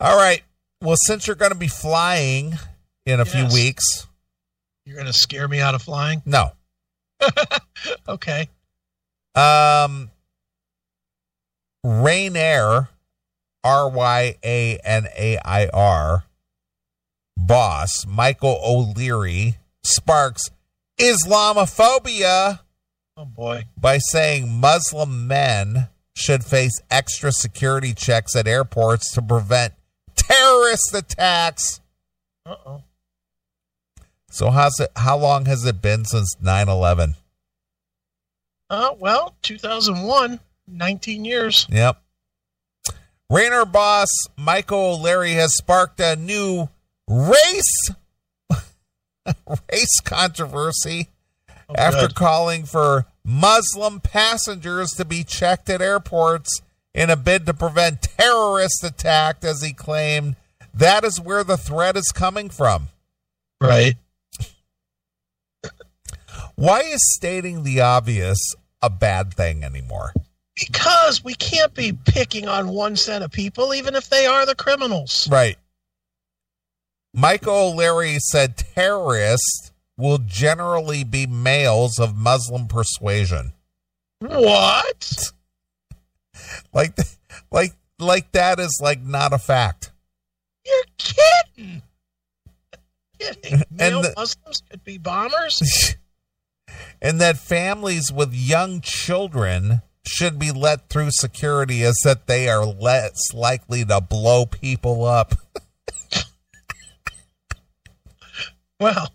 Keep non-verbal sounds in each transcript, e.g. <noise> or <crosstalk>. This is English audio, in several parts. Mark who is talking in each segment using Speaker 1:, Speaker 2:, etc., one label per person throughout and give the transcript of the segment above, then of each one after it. Speaker 1: All right. Well, since you're going to be flying in a few
Speaker 2: Yes.
Speaker 1: weeks,
Speaker 2: You're going to scare me out of flying?
Speaker 1: no.
Speaker 2: Okay.
Speaker 1: Um, Rainair, R Y A N A I R, boss Michael O'Leary sparks Islamophobia
Speaker 2: Oh, boy.
Speaker 1: by saying Muslim men should face extra security checks at airports to prevent terrorist attacks.
Speaker 2: Uh oh.
Speaker 1: So how's it how long has it been since 9/11?
Speaker 2: Uh, well, 2001, 19 years.
Speaker 1: Yep. Rainer boss Michael O'Leary has sparked a new race <laughs> race controversy
Speaker 2: Oh,
Speaker 1: after
Speaker 2: good.
Speaker 1: calling for Muslim passengers to be checked at airports in a bid to prevent terrorist attack as he claimed that is where the threat is coming from.
Speaker 2: Right.
Speaker 1: Why is stating the obvious a bad thing anymore?
Speaker 2: Because we can't be picking on one set of people, even if they are the criminals.
Speaker 1: Right. Michael O'Leary said terrorists will generally be males of Muslim persuasion.
Speaker 2: What?
Speaker 1: Like, like, like that is like not a fact.
Speaker 2: You're kidding. kidding. Male
Speaker 1: the-
Speaker 2: Muslims could be bombers? <laughs>
Speaker 1: and that families with young children should be let through security as that they are less likely to blow people up.
Speaker 2: Well,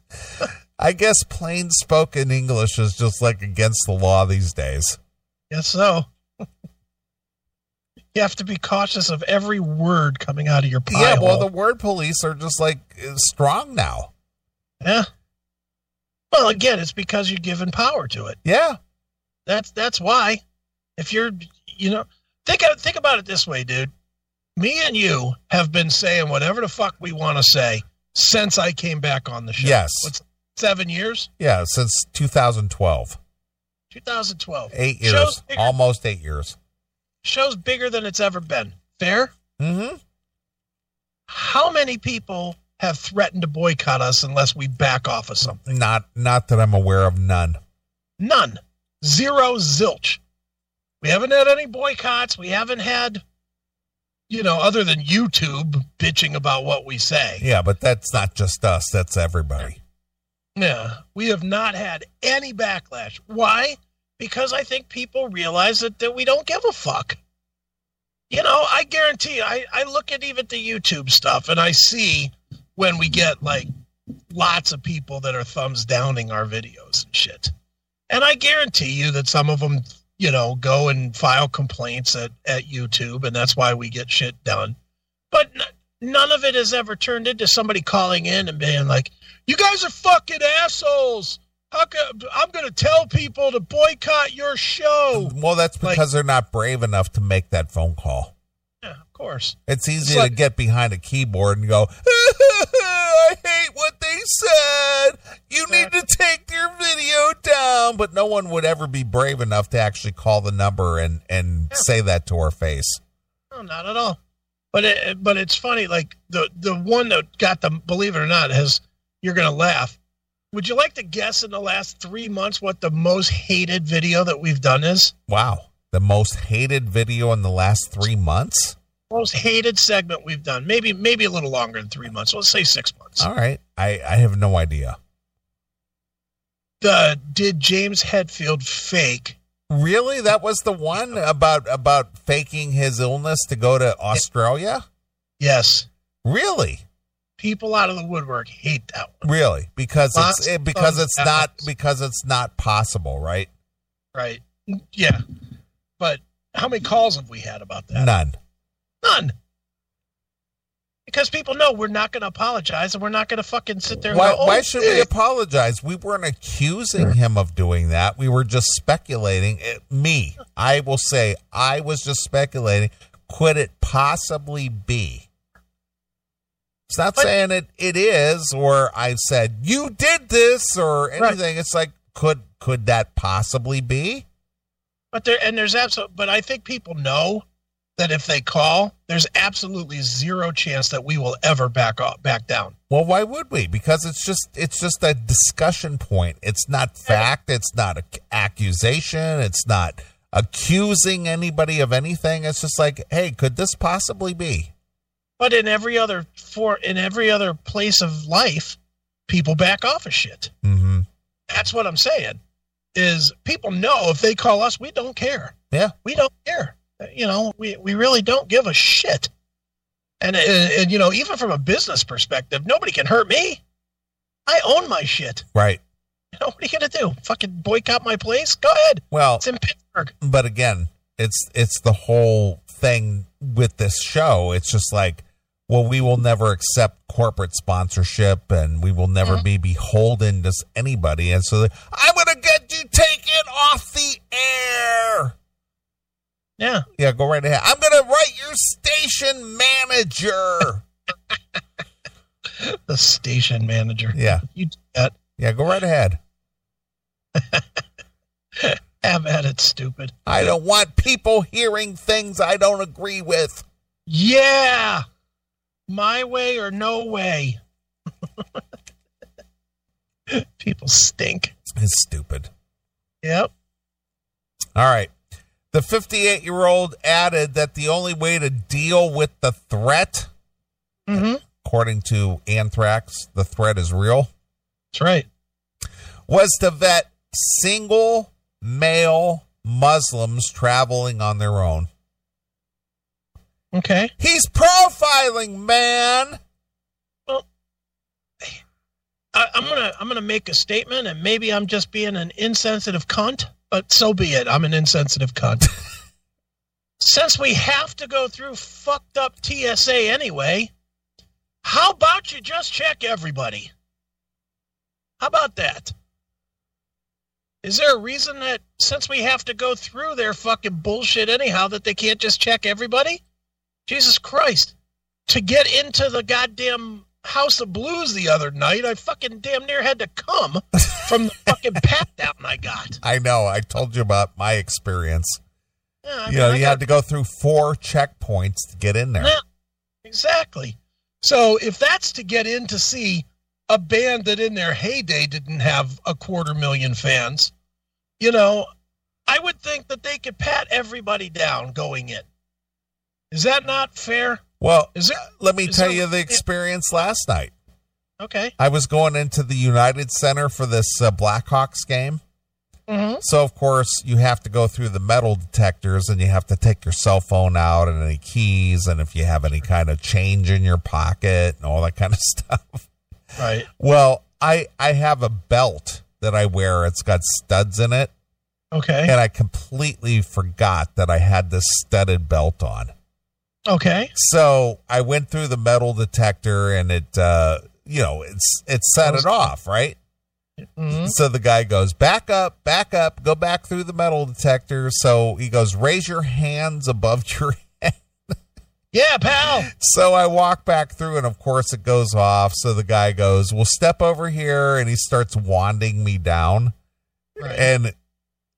Speaker 1: I guess plain spoken English is just like against the law these days.
Speaker 2: guess so. you have to be cautious of every word coming out of your pie
Speaker 1: Yeah, well,
Speaker 2: hole.
Speaker 1: the word police are just like strong now.
Speaker 2: Yeah. Well, again, it's because you're giving power to it.
Speaker 1: Yeah.
Speaker 2: That's that's why. If you're, you know, think of- think about it this way, dude. Me and you have been saying whatever the fuck we want to say since I came back on the show.
Speaker 1: Yes.
Speaker 2: What's- seven years?
Speaker 1: Yeah. Since 2012.
Speaker 2: 2012.
Speaker 1: Eight years.
Speaker 2: Show's bigger,
Speaker 1: Almost eight years.
Speaker 2: show's bigger than it's ever been. Fair.
Speaker 1: Mm-hmm.
Speaker 2: How many people have threatened to boycott us unless we back off of something?
Speaker 1: Not not that I'm aware of none.
Speaker 2: None. Zero zilch. We haven't had any boycotts. We haven't had, you know, other than YouTube bitching about what we say.
Speaker 1: Yeah, but that's not just us, that's everybody.
Speaker 2: Yeah. We have not had any backlash. Why? Because I think people realize that, that we don't give a fuck. You know, I guarantee you, I, I look at even the YouTube stuff and I see when we get like lots of people that are thumbs downing our videos and shit. And I guarantee you that some of them, you know, go and file complaints at, at YouTube and that's why we get shit done. But n- none of it has ever turned into somebody calling in and being like, you guys are fucking assholes. How co- I'm going to tell people to boycott your show.
Speaker 1: Well, that's
Speaker 2: Oh, Like-
Speaker 1: because they're not brave enough to make that phone call.
Speaker 2: Yeah, of course.
Speaker 1: It's easy
Speaker 2: It's like-
Speaker 1: to get behind a keyboard and go, <laughs> I hate what they said. You need to take their video down. But no one would ever be brave enough to actually call the number and, and
Speaker 2: Yeah.
Speaker 1: say that to our face.
Speaker 2: No, not at all. But it, but it's funny. Like the the one that got the believe it or not has you're gonna laugh. Would you like to guess in the last three months what the most hated video that we've done is?
Speaker 1: Wow. The most hated video in the last three months?
Speaker 2: Most hated segment we've done. Maybe maybe a little longer than three months. Let's say six months.
Speaker 1: All right. I, I have no idea.
Speaker 2: The did James Hetfield fake?
Speaker 1: Really? That was the one about about faking his illness to go to Australia?
Speaker 2: Yes.
Speaker 1: Really?
Speaker 2: People out of the woodwork hate that one.
Speaker 1: Really? Because it's
Speaker 2: Lots
Speaker 1: it, because
Speaker 2: of
Speaker 1: it's not
Speaker 2: apples.
Speaker 1: because it's not possible, right?
Speaker 2: Right. Yeah. But how many calls have we had about that?
Speaker 1: None.
Speaker 2: None. Because people know we're not going to apologize and we're not going to fucking sit there and
Speaker 1: Why
Speaker 2: go, oh,
Speaker 1: why should we
Speaker 2: shit.
Speaker 1: apologize? We weren't accusing him of doing that. We were just speculating. It, me, I will say, I was just speculating. Could it possibly be? It's not
Speaker 2: But-
Speaker 1: saying it, it is, or I've said you did this or
Speaker 2: Right.
Speaker 1: anything. It's like could could that possibly be?
Speaker 2: But there, and there's absolute, but I think people know that if they call, there's absolutely zero chance that we will ever back up, back down.
Speaker 1: Well, why would we? Because it's just it's just a discussion point. It's not fact. It's not an accusation. It's not accusing anybody of anything. It's just like, hey, could this possibly be?
Speaker 2: But in every other for in every other place of life, people back off of shit.
Speaker 1: Mm-hmm.
Speaker 2: That's what I'm saying. Is people know if they call us, we don't care.
Speaker 1: Yeah.
Speaker 2: We don't care. You know, we we really don't give a shit. And, and and you know, even from a business perspective, nobody can hurt me. I own my shit. <laughs>
Speaker 1: Right.
Speaker 2: You know, what are you gonna do? Fucking boycott my place? Go ahead.
Speaker 1: Well,
Speaker 2: It's in Pittsburgh.
Speaker 1: but again, it's it's the whole thing with this show. It's just like, well, we will never accept corporate sponsorship, and we will never be beholden to s- anybody. And so, they- I'm gonna get you taken off the air.
Speaker 2: Yeah.
Speaker 1: Yeah, go right ahead. I'm gonna write your station
Speaker 2: <laughs>
Speaker 1: manager.
Speaker 2: The station manager.
Speaker 1: yeah,
Speaker 2: You do that.
Speaker 1: yeah, go right ahead.
Speaker 2: Have at it, stupid.
Speaker 1: I don't want people hearing things I don't agree with.
Speaker 2: Yeah. My way or no way. <laughs> People stink.
Speaker 1: It's stupid.
Speaker 2: Yep.
Speaker 1: All right. The 58 year old added that the only way to deal with the threat,
Speaker 2: Mm-hmm.
Speaker 1: according to Anthrax, the threat is real,
Speaker 2: That's right.
Speaker 1: was to vet single male Muslims traveling on their own.
Speaker 2: Okay.
Speaker 1: He's profiling, man.
Speaker 2: I, I'm gonna I'm gonna make a statement, and maybe I'm just being an insensitive cunt, but so be it. I'm an insensitive cunt. <laughs> Since we have to go through fucked up TSA anyway, how about you just check everybody? How about that? Is there a reason that since we have to go through their fucking bullshit anyhow that they can't just check everybody? Jesus Christ. To get into the goddamn House of Blues the other night, I fucking damn near had to come
Speaker 1: <laughs>
Speaker 2: from the fucking pat down I got.
Speaker 1: I know. I told you about my experience.
Speaker 2: Yeah, I
Speaker 1: You
Speaker 2: mean,
Speaker 1: know,
Speaker 2: I
Speaker 1: you
Speaker 2: got-
Speaker 1: had to go through four checkpoints to get in there.
Speaker 2: Yeah, exactly. So if that's to get in to see a band that in their heyday didn't have a quarter million fans, you know, I would think that they could pat everybody down going in. Is that not fair?
Speaker 1: Well,
Speaker 2: Is there
Speaker 1: let me
Speaker 2: Is
Speaker 1: tell
Speaker 2: there-
Speaker 1: you the experience last night.
Speaker 2: okay?
Speaker 1: I was going into the United Center for this uh, Blackhawks game.
Speaker 2: Mm-hmm.
Speaker 1: So, of course, you have to go through the metal detectors and you have to take your cell phone out and any keys and if you have any kind of change in your pocket and all that kind of <laughs> stuff.
Speaker 2: Right.
Speaker 1: Well, I, I have a belt that I wear. It's got studs in it.
Speaker 2: Okay.
Speaker 1: And I completely forgot that I had this studded belt on.
Speaker 2: Okay.
Speaker 1: So I went through the metal detector and it, uh, you know, it's it set it off, right?
Speaker 2: Mhm.
Speaker 1: So the guy goes, back up, back up, go back through the metal detector. So he goes, raise your hands above <laughs> your head.
Speaker 2: Yeah,
Speaker 1: <laughs>
Speaker 2: pal.
Speaker 1: So I walk back through, and of course it goes off. So the guy goes, well, step over here. And he starts wanding me down,
Speaker 2: Right.
Speaker 1: and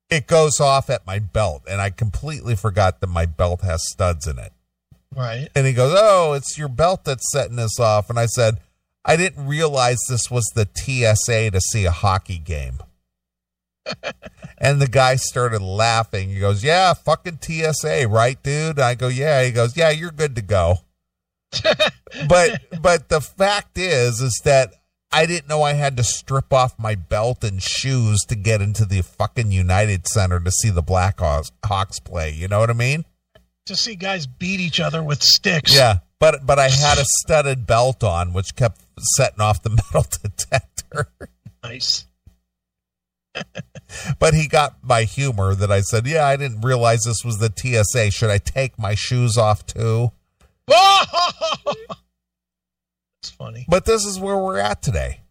Speaker 1: it goes off at my belt. And I completely forgot that my belt has studs in it.
Speaker 2: right.
Speaker 1: And he goes, Oh, it's your belt that's setting this off. And I said, I didn't realize this was the TSA to see a hockey game. <laughs> and the guy started laughing. He goes, Yeah, fucking TSA, right, dude? I go, Yeah. He goes, Yeah, you're good to go. But but the fact is is that I didn't know I had to strip off my belt and shoes to get into the fucking United Center to see the Blackhawks Hawks play. You know what I mean?
Speaker 2: to see guys beat each other with sticks.
Speaker 1: Yeah, but but I had a studded belt on, which kept setting off the <laughs> metal detector.
Speaker 2: Nice.
Speaker 1: But he got my humor that I said, "Yeah, I didn't realize this was the TSA. Should I take my shoes off too?"
Speaker 2: That's funny.
Speaker 1: But this is where we're at today.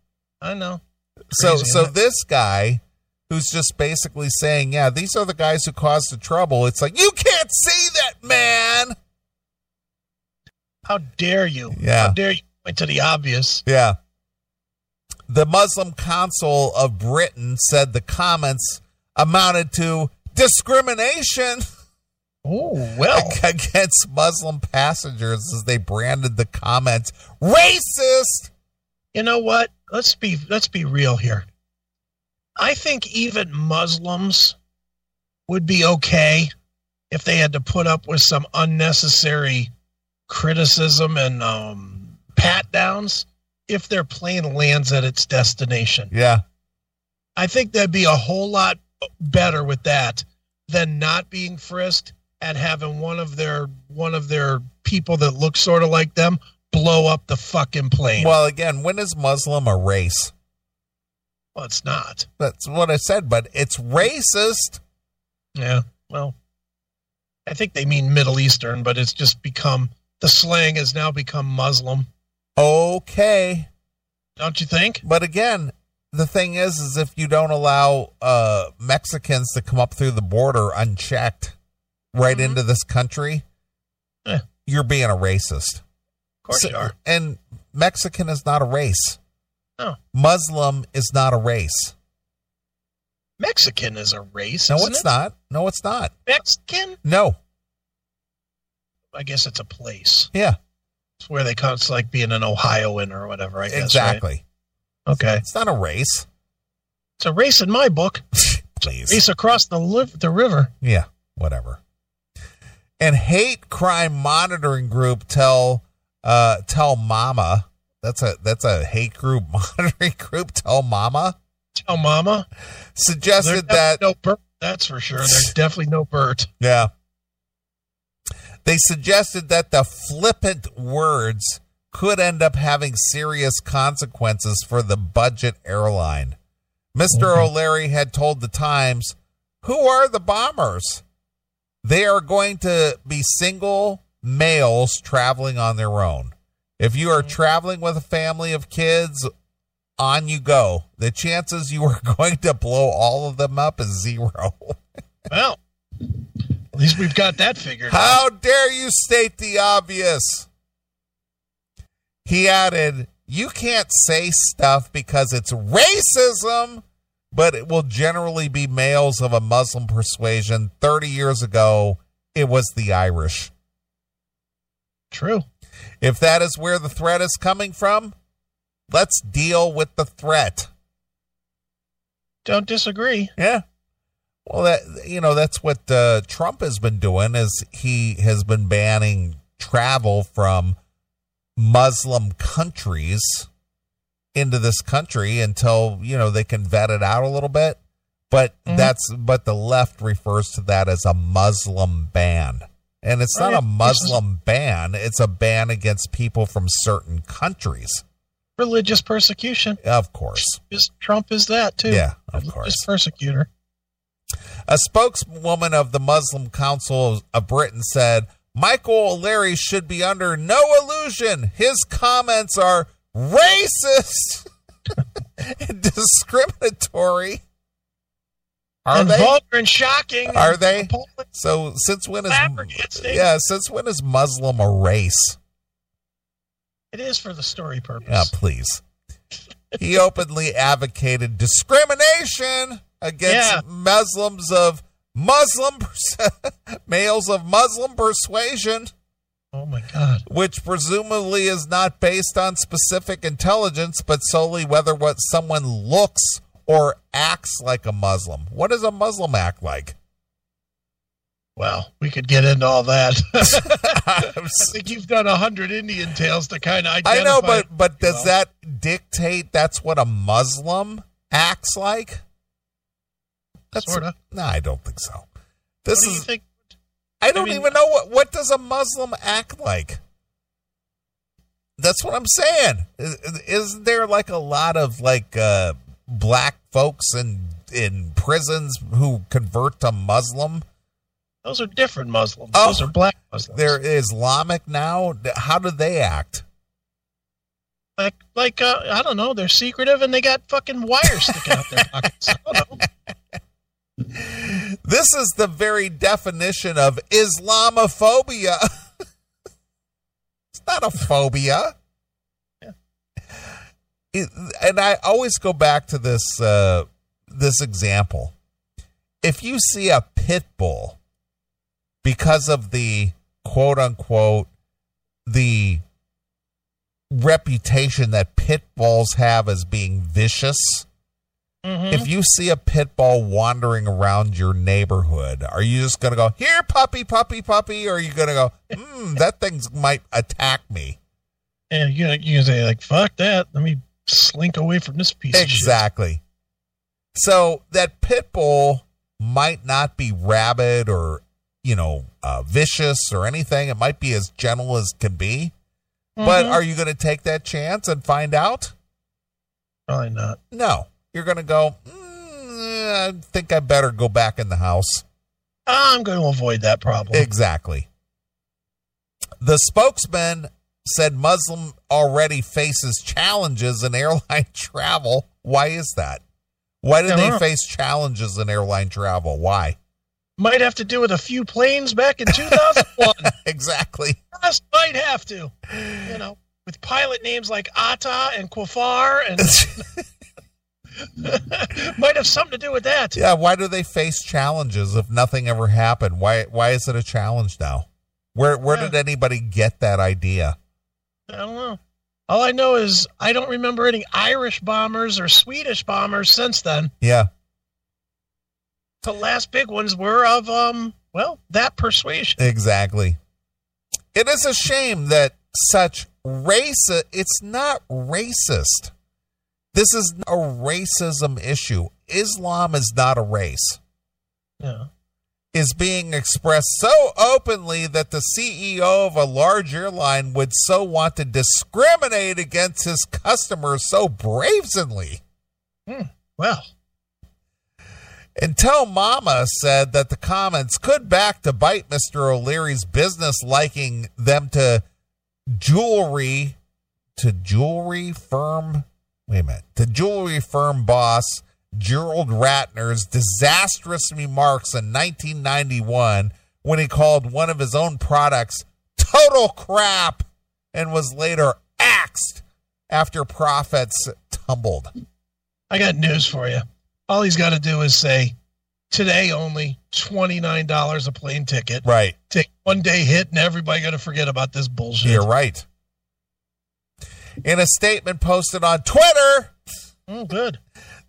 Speaker 2: I know.
Speaker 1: So
Speaker 2: Crazy,
Speaker 1: so
Speaker 2: isn't
Speaker 1: this guy who's just basically saying, "Yeah, these are the guys who caused the trouble." It's like, "You can't see that, man."
Speaker 2: How dare you?
Speaker 1: Yeah.
Speaker 2: How dare you point to the obvious?
Speaker 1: Yeah. The Muslim consul of Britain said the comments amounted to discrimination.
Speaker 2: Oh, well.
Speaker 1: <laughs> against Muslim passengers as they branded the comments racist.
Speaker 2: You know what? Let's be let's be real here. I think even Muslims would be okay if they had to put up with some unnecessary criticism and um, pat downs if their plane lands at its destination.
Speaker 1: Yeah.
Speaker 2: I think that'd be a whole lot better with that than not being frisked and having one of their one of their people that looks sort of like them blow up the fucking plane.
Speaker 1: Well, again, when is Muslim a race?
Speaker 2: well it's not.
Speaker 1: That's what I said, but it's racist.
Speaker 2: Yeah. Well, I think they mean Middle Eastern, but it's just become the slang has now become Muslim.
Speaker 1: Okay.
Speaker 2: Don't you think?
Speaker 1: But again, the thing is, is if you don't allow uh, Mexicans to come up through the border unchecked right
Speaker 2: Mhm.
Speaker 1: into this country,
Speaker 2: Eh.
Speaker 1: you're being a racist.
Speaker 2: Of course
Speaker 1: So-
Speaker 2: you are. Oh.
Speaker 1: And Mexican is not a race.
Speaker 2: No.
Speaker 1: Muslim is not a race.
Speaker 2: Mexican is a race.
Speaker 1: No,
Speaker 2: isn't
Speaker 1: it's
Speaker 2: it?
Speaker 1: not. No, it's not.
Speaker 2: Mexican?
Speaker 1: No.
Speaker 2: I guess it's a place.
Speaker 1: Yeah,
Speaker 2: It's where they come. It's like being an Ohioan or whatever. I guess. right?
Speaker 1: exactly.
Speaker 2: Okay.
Speaker 1: It's not a race.
Speaker 2: It's a race in my book.
Speaker 1: Please.
Speaker 2: Race across the liv- the river.
Speaker 1: Yeah, whatever. And hate crime monitoring group tell uh tell mama. That's a that's a hate group <laughs> monitoring group tell mama
Speaker 2: Tell Mama. There's
Speaker 1: suggested that
Speaker 2: no Bert. That's for sure. There's definitely no Bert.
Speaker 1: Yeah. They suggested that the flippant words could end up having serious consequences for the budget airline. mister
Speaker 2: Mhm.
Speaker 1: O'Leary had told the Times, Who are the bombers? They are going to be single males traveling on their own. If you are traveling with a family of kids, on you go. The chances you are <laughs> going to blow all of them up is zero.
Speaker 2: Well, at least we've got that figured. out.
Speaker 1: How dare you state the obvious? He added, You can't say stuff because it's racism, but it will generally be males of a Muslim persuasion. 30 years ago, it was the Irish.
Speaker 2: True.
Speaker 1: If that is where the threat is coming from, let's deal with the threat.
Speaker 2: Don't disagree.
Speaker 1: Yeah. Well, that you know that's what uh, Trump has been doing is he has been banning travel from Muslim countries into this country until you know they can vet it out a little bit. But
Speaker 2: Mhm.
Speaker 1: that's but the left refers to that as a Muslim ban, and it's
Speaker 2: Oh,
Speaker 1: not
Speaker 2: yeah.
Speaker 1: a Muslim ban. It's a ban against people from certain countries,
Speaker 2: Religious persecution.
Speaker 1: of course.
Speaker 2: Is Trump is that too?
Speaker 1: Yeah, of
Speaker 2: Religious
Speaker 1: course.
Speaker 2: persecutor.
Speaker 1: A spokeswoman of the Muslim Council of Britain said Michael O'Leary should be under no illusion. His comments are racist <laughs> and discriminatory. Are
Speaker 2: and
Speaker 1: they?
Speaker 2: vulgar and shocking.
Speaker 1: Are they?
Speaker 2: Appalling.
Speaker 1: So since when is
Speaker 2: Flabbergasted.
Speaker 1: yeah? Since when is Muslim a race?
Speaker 2: It is for the story purpose.
Speaker 1: Yeah, Ah, please. He openly advocated discrimination against
Speaker 2: Yeah.
Speaker 1: Muslims of Muslim pers- <laughs> males of Muslim persuasion,
Speaker 2: Oh my God.
Speaker 1: which presumably is not based on specific intelligence, but solely whether what someone looks or acts like a Muslim. What does a Muslim act like? <laughs>
Speaker 2: Well, we could get into all that. <laughs> I
Speaker 1: I'm s-
Speaker 2: think you've done a hundred Indian tales to kind of identify.
Speaker 1: I know, but but does
Speaker 2: know.
Speaker 1: that dictate that's what a Muslim acts like?
Speaker 2: Sorta.
Speaker 1: No, I don't think so.
Speaker 2: What
Speaker 1: This
Speaker 2: do you
Speaker 1: is
Speaker 2: think?
Speaker 1: I don't
Speaker 2: mean-
Speaker 1: even know what what does a Muslim act like. That's what I'm saying. Is, isn't there like a lot of like uh, black folks in in prisons who convert to Muslim?
Speaker 2: Those are different Muslims.
Speaker 1: Oh,
Speaker 2: Those are black Muslims.
Speaker 1: They're Islamic now. How do they act?
Speaker 2: like, like uh, I don't know. They're secretive and they got fucking wires sticking out their pockets. I don't
Speaker 1: <laughs>
Speaker 2: know.
Speaker 1: This is the very definition of Islamophobia. <laughs> it's not a phobia. It- and I always go back to this uh, this example. If you see a pit bull because of the quote unquote the reputation that pit bulls have as being vicious.
Speaker 2: Mhm.
Speaker 1: If you see a pit bull wandering around your neighborhood, are you just going to go, here, puppy, puppy, puppy? Or are you going to go, hmm, that thing might attack me?
Speaker 2: And you you can say like, "Fuck that! Let me slink away from this piece." Of
Speaker 1: Exactly. So that pit bull might not be rabid or, you know, uh, vicious or anything. It might be as gentle as can be.
Speaker 2: shit.
Speaker 1: But
Speaker 2: Mhm.
Speaker 1: are you going to take that chance and find out?
Speaker 2: probably not.
Speaker 1: No. You're going to go, mm, I think I better go back in the house.
Speaker 2: I'm going to avoid that problem.
Speaker 1: Exactly. The spokesman said Muslim already faces challenges in airline <laughs> travel. Why is that? Why do
Speaker 2: I don't
Speaker 1: they
Speaker 2: know.
Speaker 1: face challenges in airline travel? Why?
Speaker 2: Might have to do with a few planes back in 2001.
Speaker 1: <laughs> Exactly. <laughs>
Speaker 2: Just might have to. You know, with pilot names like Atta and Quafar, and <laughs> might have something to do with that.
Speaker 1: yeah, why do they face challenges if nothing ever happened? Why why is it a challenge now? Where where
Speaker 2: Yeah.
Speaker 1: did anybody get that idea?
Speaker 2: I don't know. All I know is I don't remember any Irish bombers or Swedish bombers since then.
Speaker 1: Yeah.
Speaker 2: The last big ones were of um, well, that persuasion.
Speaker 1: Exactly. It is a shame that such racist. It's not racist. This is a racism issue. Islam is not a race.
Speaker 2: Yeah.
Speaker 1: Is being expressed so openly that the CEO of a large airline would so want to discriminate against his customers so brazenly.
Speaker 2: Well,
Speaker 1: Until Mama said that the comments could back to bite Mr. O'Leary's business, liking them to jewelry, to jewelry firm, wait a minute, to jewelry firm boss Gerald Ratner's disastrous remarks in 1991 when he called one of his own products total crap and was later axed after profits tumbled.
Speaker 2: I got news for you. All he's got to do is say, today only $29 a plane ticket.
Speaker 1: Right.
Speaker 2: Take one day hit and everybody going to forget about this bullshit.
Speaker 1: You're right. In a statement posted on Twitter,
Speaker 2: Mm, good.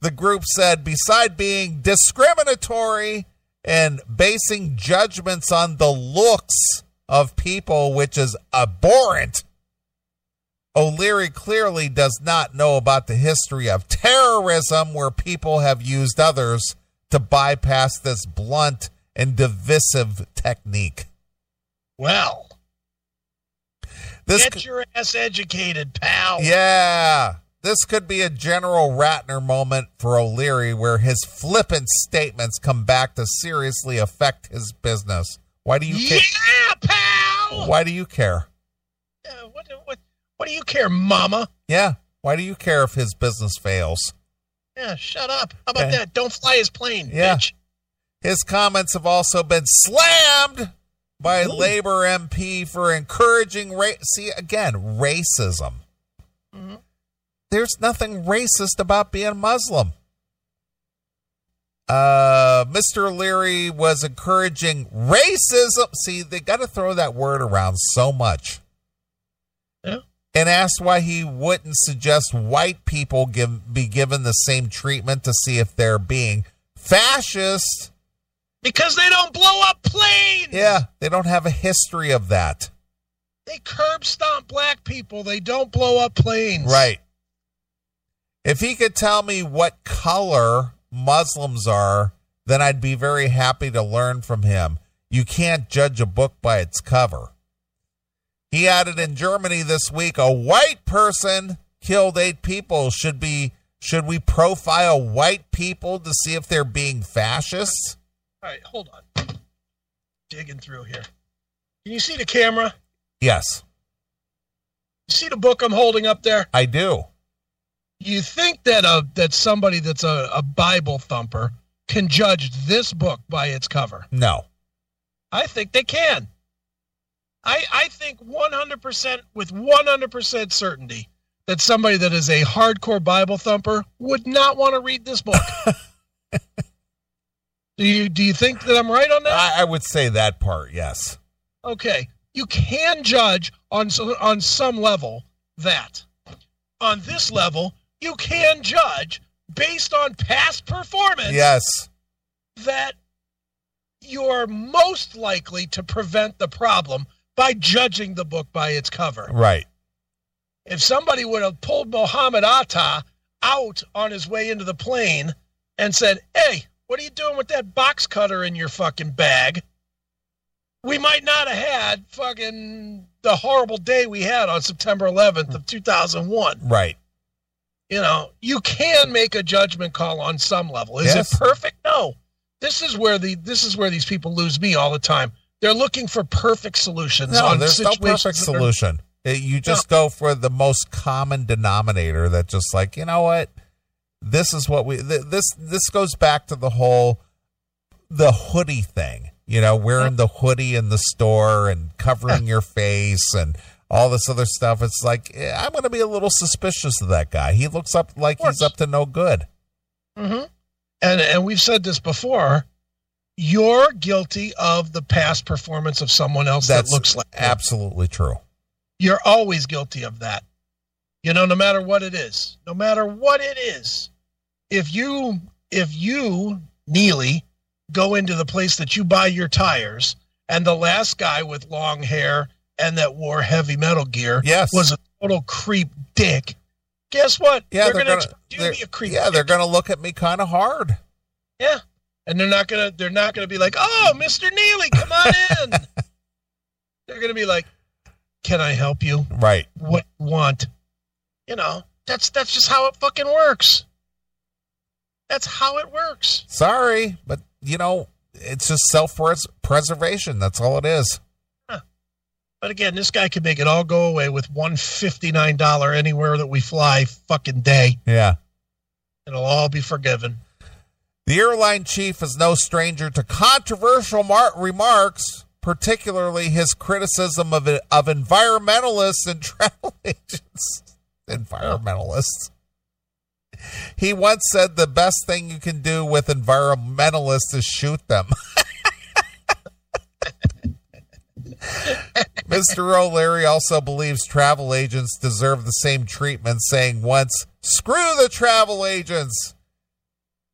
Speaker 1: the group said beside being discriminatory and basing judgments on the looks of people, which is abhorrent, O'Leary clearly does not know about the history of terrorism where people have used others to bypass this blunt and divisive technique.
Speaker 2: Well,
Speaker 1: This
Speaker 2: get your ass educated, pal.
Speaker 1: Yeah. This could be a General Ratner moment for O'Leary where his flippant statements come back to seriously affect his business. Why do you
Speaker 2: Yeah,
Speaker 1: care?
Speaker 2: pal.
Speaker 1: Why do you care?
Speaker 2: Uh, What, what, what do you care, mama?
Speaker 1: Yeah. Why do you care if his business fails?
Speaker 2: Yeah, shut up. How about
Speaker 1: Yeah.
Speaker 2: that? Don't fly his plane,
Speaker 1: Yeah.
Speaker 2: bitch.
Speaker 1: His comments have also been slammed by
Speaker 2: Ooh.
Speaker 1: Labor MP for encouraging ra- see again racism.
Speaker 2: Mhm.
Speaker 1: There's nothing racist about being Muslim. Uh, Mr. Leary was encouraging racism. See, they got to throw that word around so much.
Speaker 2: Yeah.
Speaker 1: And asked why he wouldn't suggest white people give, be given the same treatment to see if they're being fascist.
Speaker 2: Because they don't blow up planes.
Speaker 1: Yeah, they don't have a history of that.
Speaker 2: They curb stomp black people. They don't blow up planes.
Speaker 1: Right. If he could tell me what color Muslims are, then I'd be very happy to learn from him. You can't judge a book by its cover. He added in Germany this week a white person killed 8 people should be should we profile white people to see if they're being fascist?
Speaker 2: All right, hold on. Digging through here. Can you see the camera?
Speaker 1: Yes,
Speaker 2: You see the book I'm holding up there?
Speaker 1: I do.
Speaker 2: You think that a that somebody that's a, a Bible thumper can judge this book by its cover?
Speaker 1: No.
Speaker 2: I think they can. I I think 100% with 100% certainty that somebody that is a hardcore Bible thumper would not want to read this book. Do you do you think that I'm right on that?
Speaker 1: I, I would say that part, yes.
Speaker 2: okay, you can judge on so- on some level that on this level you can judge based on past performance
Speaker 1: Yes.
Speaker 2: that you're most likely to prevent the problem by judging the book by its cover.
Speaker 1: Right.
Speaker 2: If somebody would have pulled Mohammed Atta out on his way into the plane and said, "Hey, what are you doing with that box cutter in your fucking bag?" We might not have had fucking the horrible day we had on September 11th of 2001
Speaker 1: Right.
Speaker 2: you know, you can make a judgment call on some level. Is
Speaker 1: Yes.
Speaker 2: it perfect? No. This is where the this is where these people lose me all the time. They're looking for perfect solutions.
Speaker 1: No,
Speaker 2: on
Speaker 1: there's no
Speaker 2: situations
Speaker 1: perfect
Speaker 2: that are-
Speaker 1: solution. Uh, You just go for the most common denominator that just like, you know what? This is what we th- this this goes back to the whole the hoodie thing. You know, wearing the hoodie in the store and covering your face and all this other stuff. It's like eh, I'm going to be a little suspicious of that guy. He looks up like
Speaker 2: course.
Speaker 1: he's up to no good.
Speaker 2: Mhm. And and we've said this before. You're guilty of the past performance of someone else
Speaker 1: That's
Speaker 2: that looks like you.
Speaker 1: absolutely true.
Speaker 2: you're always guilty of that. You know, no matter what it is, no matter what it is, if you if you Neely go into the place that you buy your tires, and the last guy with long hair and that wore heavy metal gear
Speaker 1: Yes.
Speaker 2: was a total creep dick. Guess what?
Speaker 1: Yeah,
Speaker 2: they're,
Speaker 1: they're
Speaker 2: gonna,
Speaker 1: gonna-
Speaker 2: expect you to
Speaker 1: they're-
Speaker 2: be a creep.
Speaker 1: yeah, they're
Speaker 2: dick.
Speaker 1: going to look at me kind of hard.
Speaker 2: and they're not gonna they're not gonna be like, oh, Mister Neely,
Speaker 1: <laughs>
Speaker 2: come on in. they're gonna be like, can I help you?
Speaker 1: Right.
Speaker 2: what you want. You know, that's that's just how it fucking works. That's how it works.
Speaker 1: Sorry, but you know, it's just self preservation. That's all it is.
Speaker 2: But again, this guy could make it all go away with one fifty nine dollar anywhere that we fly fucking day.
Speaker 1: Yeah.
Speaker 2: It'll all be forgiven.
Speaker 1: The airline chief is no stranger to controversial mar- remarks, particularly his criticism of, of environmentalists and <laughs> travel agents. Environmentalists. He once said the best thing you can do with environmentalists is shoot them. <laughs> Mr. O'Leary also believes travel agents deserve the same treatment, saying once, screw the travel agents.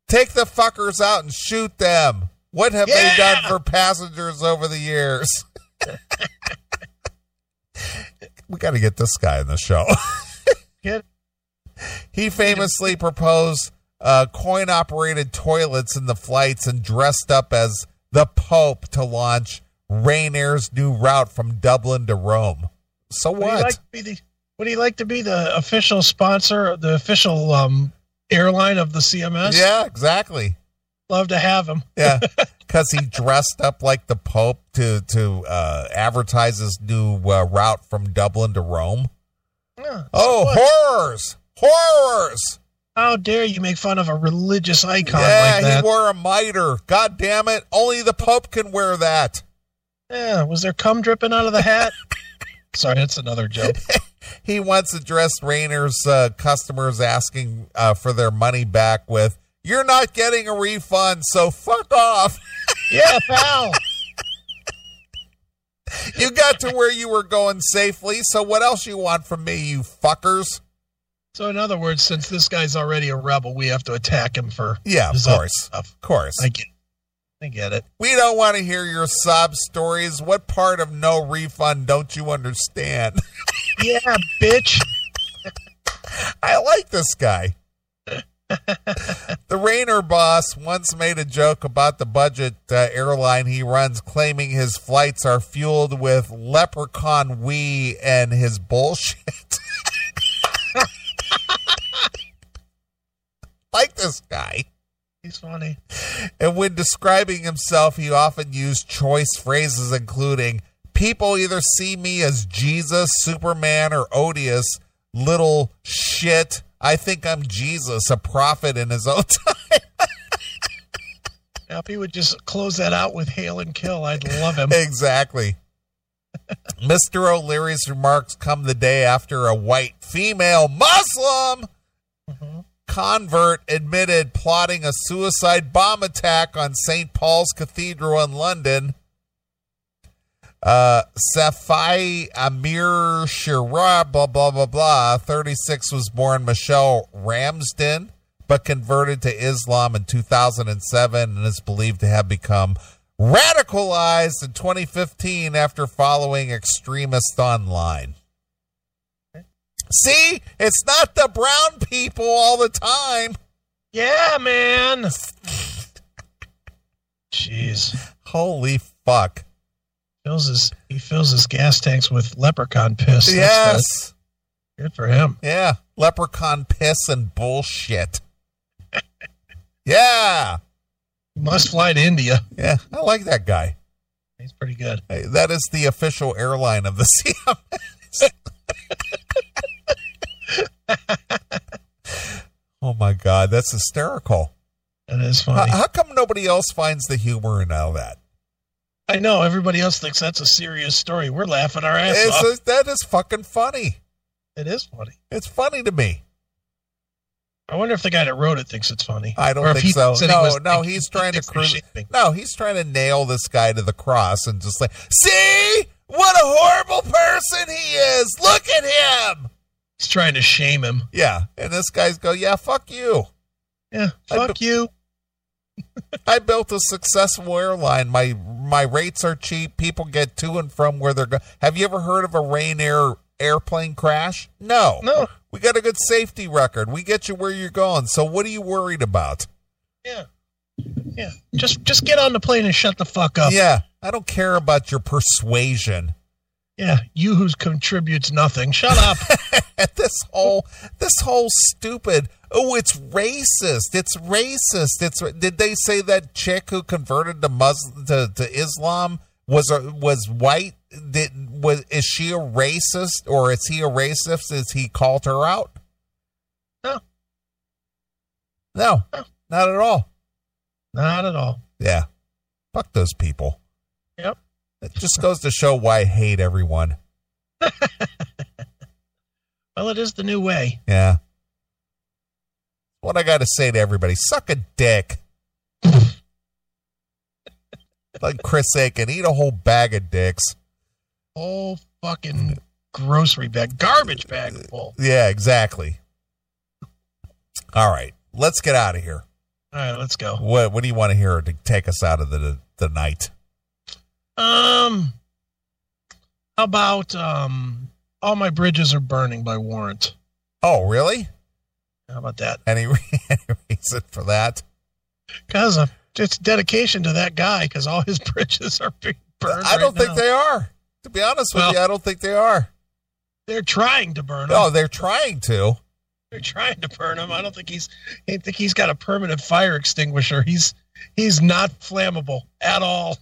Speaker 1: Take the fuckers out and shoot them. What have
Speaker 2: Yeah.
Speaker 1: they done for passengers over the years? <laughs> we got to get this guy in the show. <laughs>
Speaker 2: Get-
Speaker 1: he famously proposed uh, coin operated toilets in the flights and dressed up as the Pope to launch Ryanair's new route from Dublin to Rome. So
Speaker 2: Would he
Speaker 1: what?
Speaker 2: like to be the would he like to be the official sponsor, the official um airline of the CMS?
Speaker 1: yeah, exactly.
Speaker 2: Love to have him.
Speaker 1: Yeah, <laughs> because he dressed up like the Pope to to uh, advertise his new uh, route from Dublin to Rome.
Speaker 2: Yeah.
Speaker 1: Oh,
Speaker 2: what?
Speaker 1: horrors! Horrors!
Speaker 2: How dare you make fun of a religious icon
Speaker 1: yeah,
Speaker 2: like that?
Speaker 1: he wore a mitre. God damn it! Only the Pope can wear that.
Speaker 2: yeah, was there cum dripping out of the
Speaker 1: <laughs>
Speaker 2: hat? Sorry, that's another joke.
Speaker 1: He once addressed Rayner's uh, customers asking uh, for their money back with, "You're not getting a refund, so fuck off."
Speaker 2: Yeah, <laughs> pal.
Speaker 1: You got to where you were going safely, so what else you want from me, you fuckers?
Speaker 2: So, in other words, since this guy's already a rebel, we have to attack him for
Speaker 1: Yeah, of
Speaker 2: his other
Speaker 1: course,
Speaker 2: stuff.
Speaker 1: of course.
Speaker 2: I get, I get it.
Speaker 1: We don't want to hear your sob stories. What part of no refund don't you understand?
Speaker 2: Yeah, bitch.
Speaker 1: I like this guy. the Rainer boss once made a joke about the budget uh, airline he runs, claiming his flights are fueled with leprechaun wee and his bullshit. <laughs> like this guy.
Speaker 2: He's funny.
Speaker 1: And when describing himself, he often used choice phrases including people either see me as Jesus, Superman, or odious little shit. I think I'm Jesus, a prophet in his own <laughs> time.
Speaker 2: Now, if he would just close that out with hail and kill, I'd
Speaker 1: <laughs>
Speaker 2: love him.
Speaker 1: exactly. Mr. O'Leary's remarks come the day after a white female Muslim
Speaker 2: Mhm.
Speaker 1: convert admitted plotting a suicide bomb attack on St. Paul's Cathedral in London. Uh, Safai Amir Shira, blah, blah, blah, blah. 36 was born Michelle Ramsden, but converted to Islam in 2007 and is believed to have become radicalized in 2015 after following extremists online. See, it's not the brown people all the time.
Speaker 2: Yeah, man. Jeez,
Speaker 1: Holy fuck.
Speaker 2: fills his he fills his gas tanks with leprechaun piss. That's
Speaker 1: yes.
Speaker 2: good. good for him.
Speaker 1: Yeah. Leprechaun piss and bullshit. <laughs> yeah.
Speaker 2: He must fly to India.
Speaker 1: Yeah. I like that guy.
Speaker 2: He's pretty good.
Speaker 1: Hey, that is the official airline of the <laughs> CMS. oh my God. That's hysterical.
Speaker 2: That is
Speaker 1: How,
Speaker 2: funny.
Speaker 1: how come nobody else finds the humor in all that?
Speaker 2: I know everybody else thinks that's a serious story. We're laughing our ass off.
Speaker 1: It's, that is fucking funny.
Speaker 2: it is funny.
Speaker 1: It's funny to me.
Speaker 2: I wonder if the guy that wrote it thinks it's funny.
Speaker 1: I
Speaker 2: Or
Speaker 1: don't
Speaker 2: if
Speaker 1: think
Speaker 2: he
Speaker 1: so.
Speaker 2: said he
Speaker 1: No,
Speaker 2: was-
Speaker 1: no,
Speaker 2: he
Speaker 1: he's trying to
Speaker 2: thinks they're
Speaker 1: cruise.
Speaker 2: shaming.
Speaker 1: No, he's trying to nail this guy to the cross and just like, see what a horrible person he is. Look at him.
Speaker 2: He's trying to shame him.
Speaker 1: Yeah, and this guy's go, yeah, fuck you.
Speaker 2: Yeah,
Speaker 1: I
Speaker 2: fuck you.
Speaker 1: I built a successful airline. My my rates are cheap. People get to and from where they're going. Have you ever heard of a Ryanair airplane crash? No.
Speaker 2: No.
Speaker 1: We got a good safety record. We get you where you're going. So what are you worried about?
Speaker 2: Yeah, yeah. Just just get on the plane and shut the fuck up. Yeah,
Speaker 1: Yeah, I don't care about your persuasion.
Speaker 2: you who contributes nothing, shut up.
Speaker 1: <laughs>
Speaker 2: <laughs>
Speaker 1: this whole this whole stupid oh it's racist it's racist it's did they say that chick who converted to muslim to, to islam was a, was white did was is she a racist or is he a racist since he called her out
Speaker 2: No.
Speaker 1: no
Speaker 2: No.
Speaker 1: not at all
Speaker 2: Not at all.
Speaker 1: yeah fuck those people
Speaker 2: Yep.
Speaker 1: it just goes to show why i hate everyone
Speaker 2: Well, it is the new way.
Speaker 1: yeah what i gotta say to everybody suck a dick <laughs> like Chris Aiken, eat a whole bag of dicks.
Speaker 2: Whole fucking grocery bag, garbage bag full.
Speaker 1: Yeah, exactly. All right, let's get out of here.
Speaker 2: All right, let's go.
Speaker 1: What What do you want to hear to take us out of the the night?
Speaker 2: Um, how about um, all my bridges are burning by warrant.
Speaker 1: Oh, really?
Speaker 2: How about that?
Speaker 1: Any, <laughs> re- any reason for that?
Speaker 2: Because it's dedication to that guy. Because all his <laughs> bridges are being burned.
Speaker 1: I don't
Speaker 2: right
Speaker 1: think
Speaker 2: now.
Speaker 1: they are. To be honest with
Speaker 2: Well-
Speaker 1: you, I don't think they are.
Speaker 2: they're trying to burn. 'em.
Speaker 1: No, they're trying to.
Speaker 2: They're trying to burn him. I don't think he's. I think he's got a permanent fire extinguisher. He's he's not flammable at all.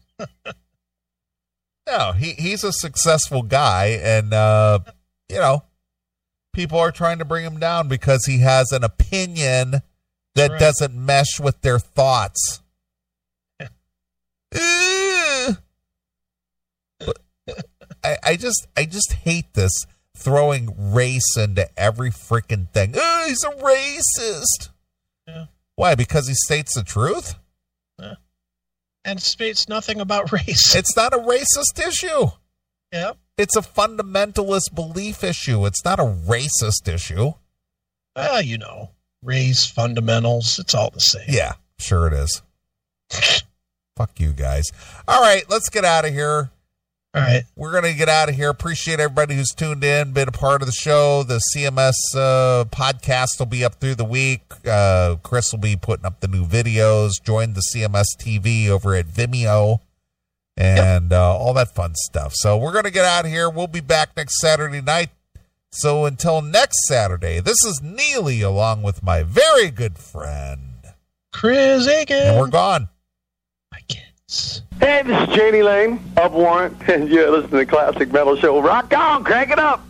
Speaker 1: No, he he's a successful guy, and uh, you know, people are trying to bring him down because he has an opinion that
Speaker 2: Right.
Speaker 1: doesn't mesh with their
Speaker 2: <laughs>
Speaker 1: thoughts. Eh. But I, I just I just hate this throwing race into every freaking thing. Oh, he's a racist.
Speaker 2: Yeah.
Speaker 1: Why? Because he states the truth.
Speaker 2: And speaks nothing about race. <laughs>
Speaker 1: It's not a racist issue.
Speaker 2: yeah.
Speaker 1: It's a fundamentalist belief issue. It's not a racist issue.
Speaker 2: Well, you know, race fundamentals. It's all the same.
Speaker 1: Yeah, sure it is. Fuck you guys. All right, let's get out of here.
Speaker 2: All right.
Speaker 1: We're going to get out of here. Appreciate everybody who's tuned in, been a part of the show. The CMS uh, podcast will be up through the week. Uh, Chris will be putting up the new videos. Join the CMS TV over at Vimeo and uh, all that fun stuff. So we're going to get out of here. We'll be back next Saturday night. So until next Saturday, this is Neely along with my very good friend.
Speaker 2: Chris
Speaker 1: And
Speaker 2: Aiken.
Speaker 1: we're gone.
Speaker 2: My kids.
Speaker 3: <laughs> Hey, this is Janie Lane, Up Warrant, and you're listening to the Classic Metal Show. Rock on, crank it up!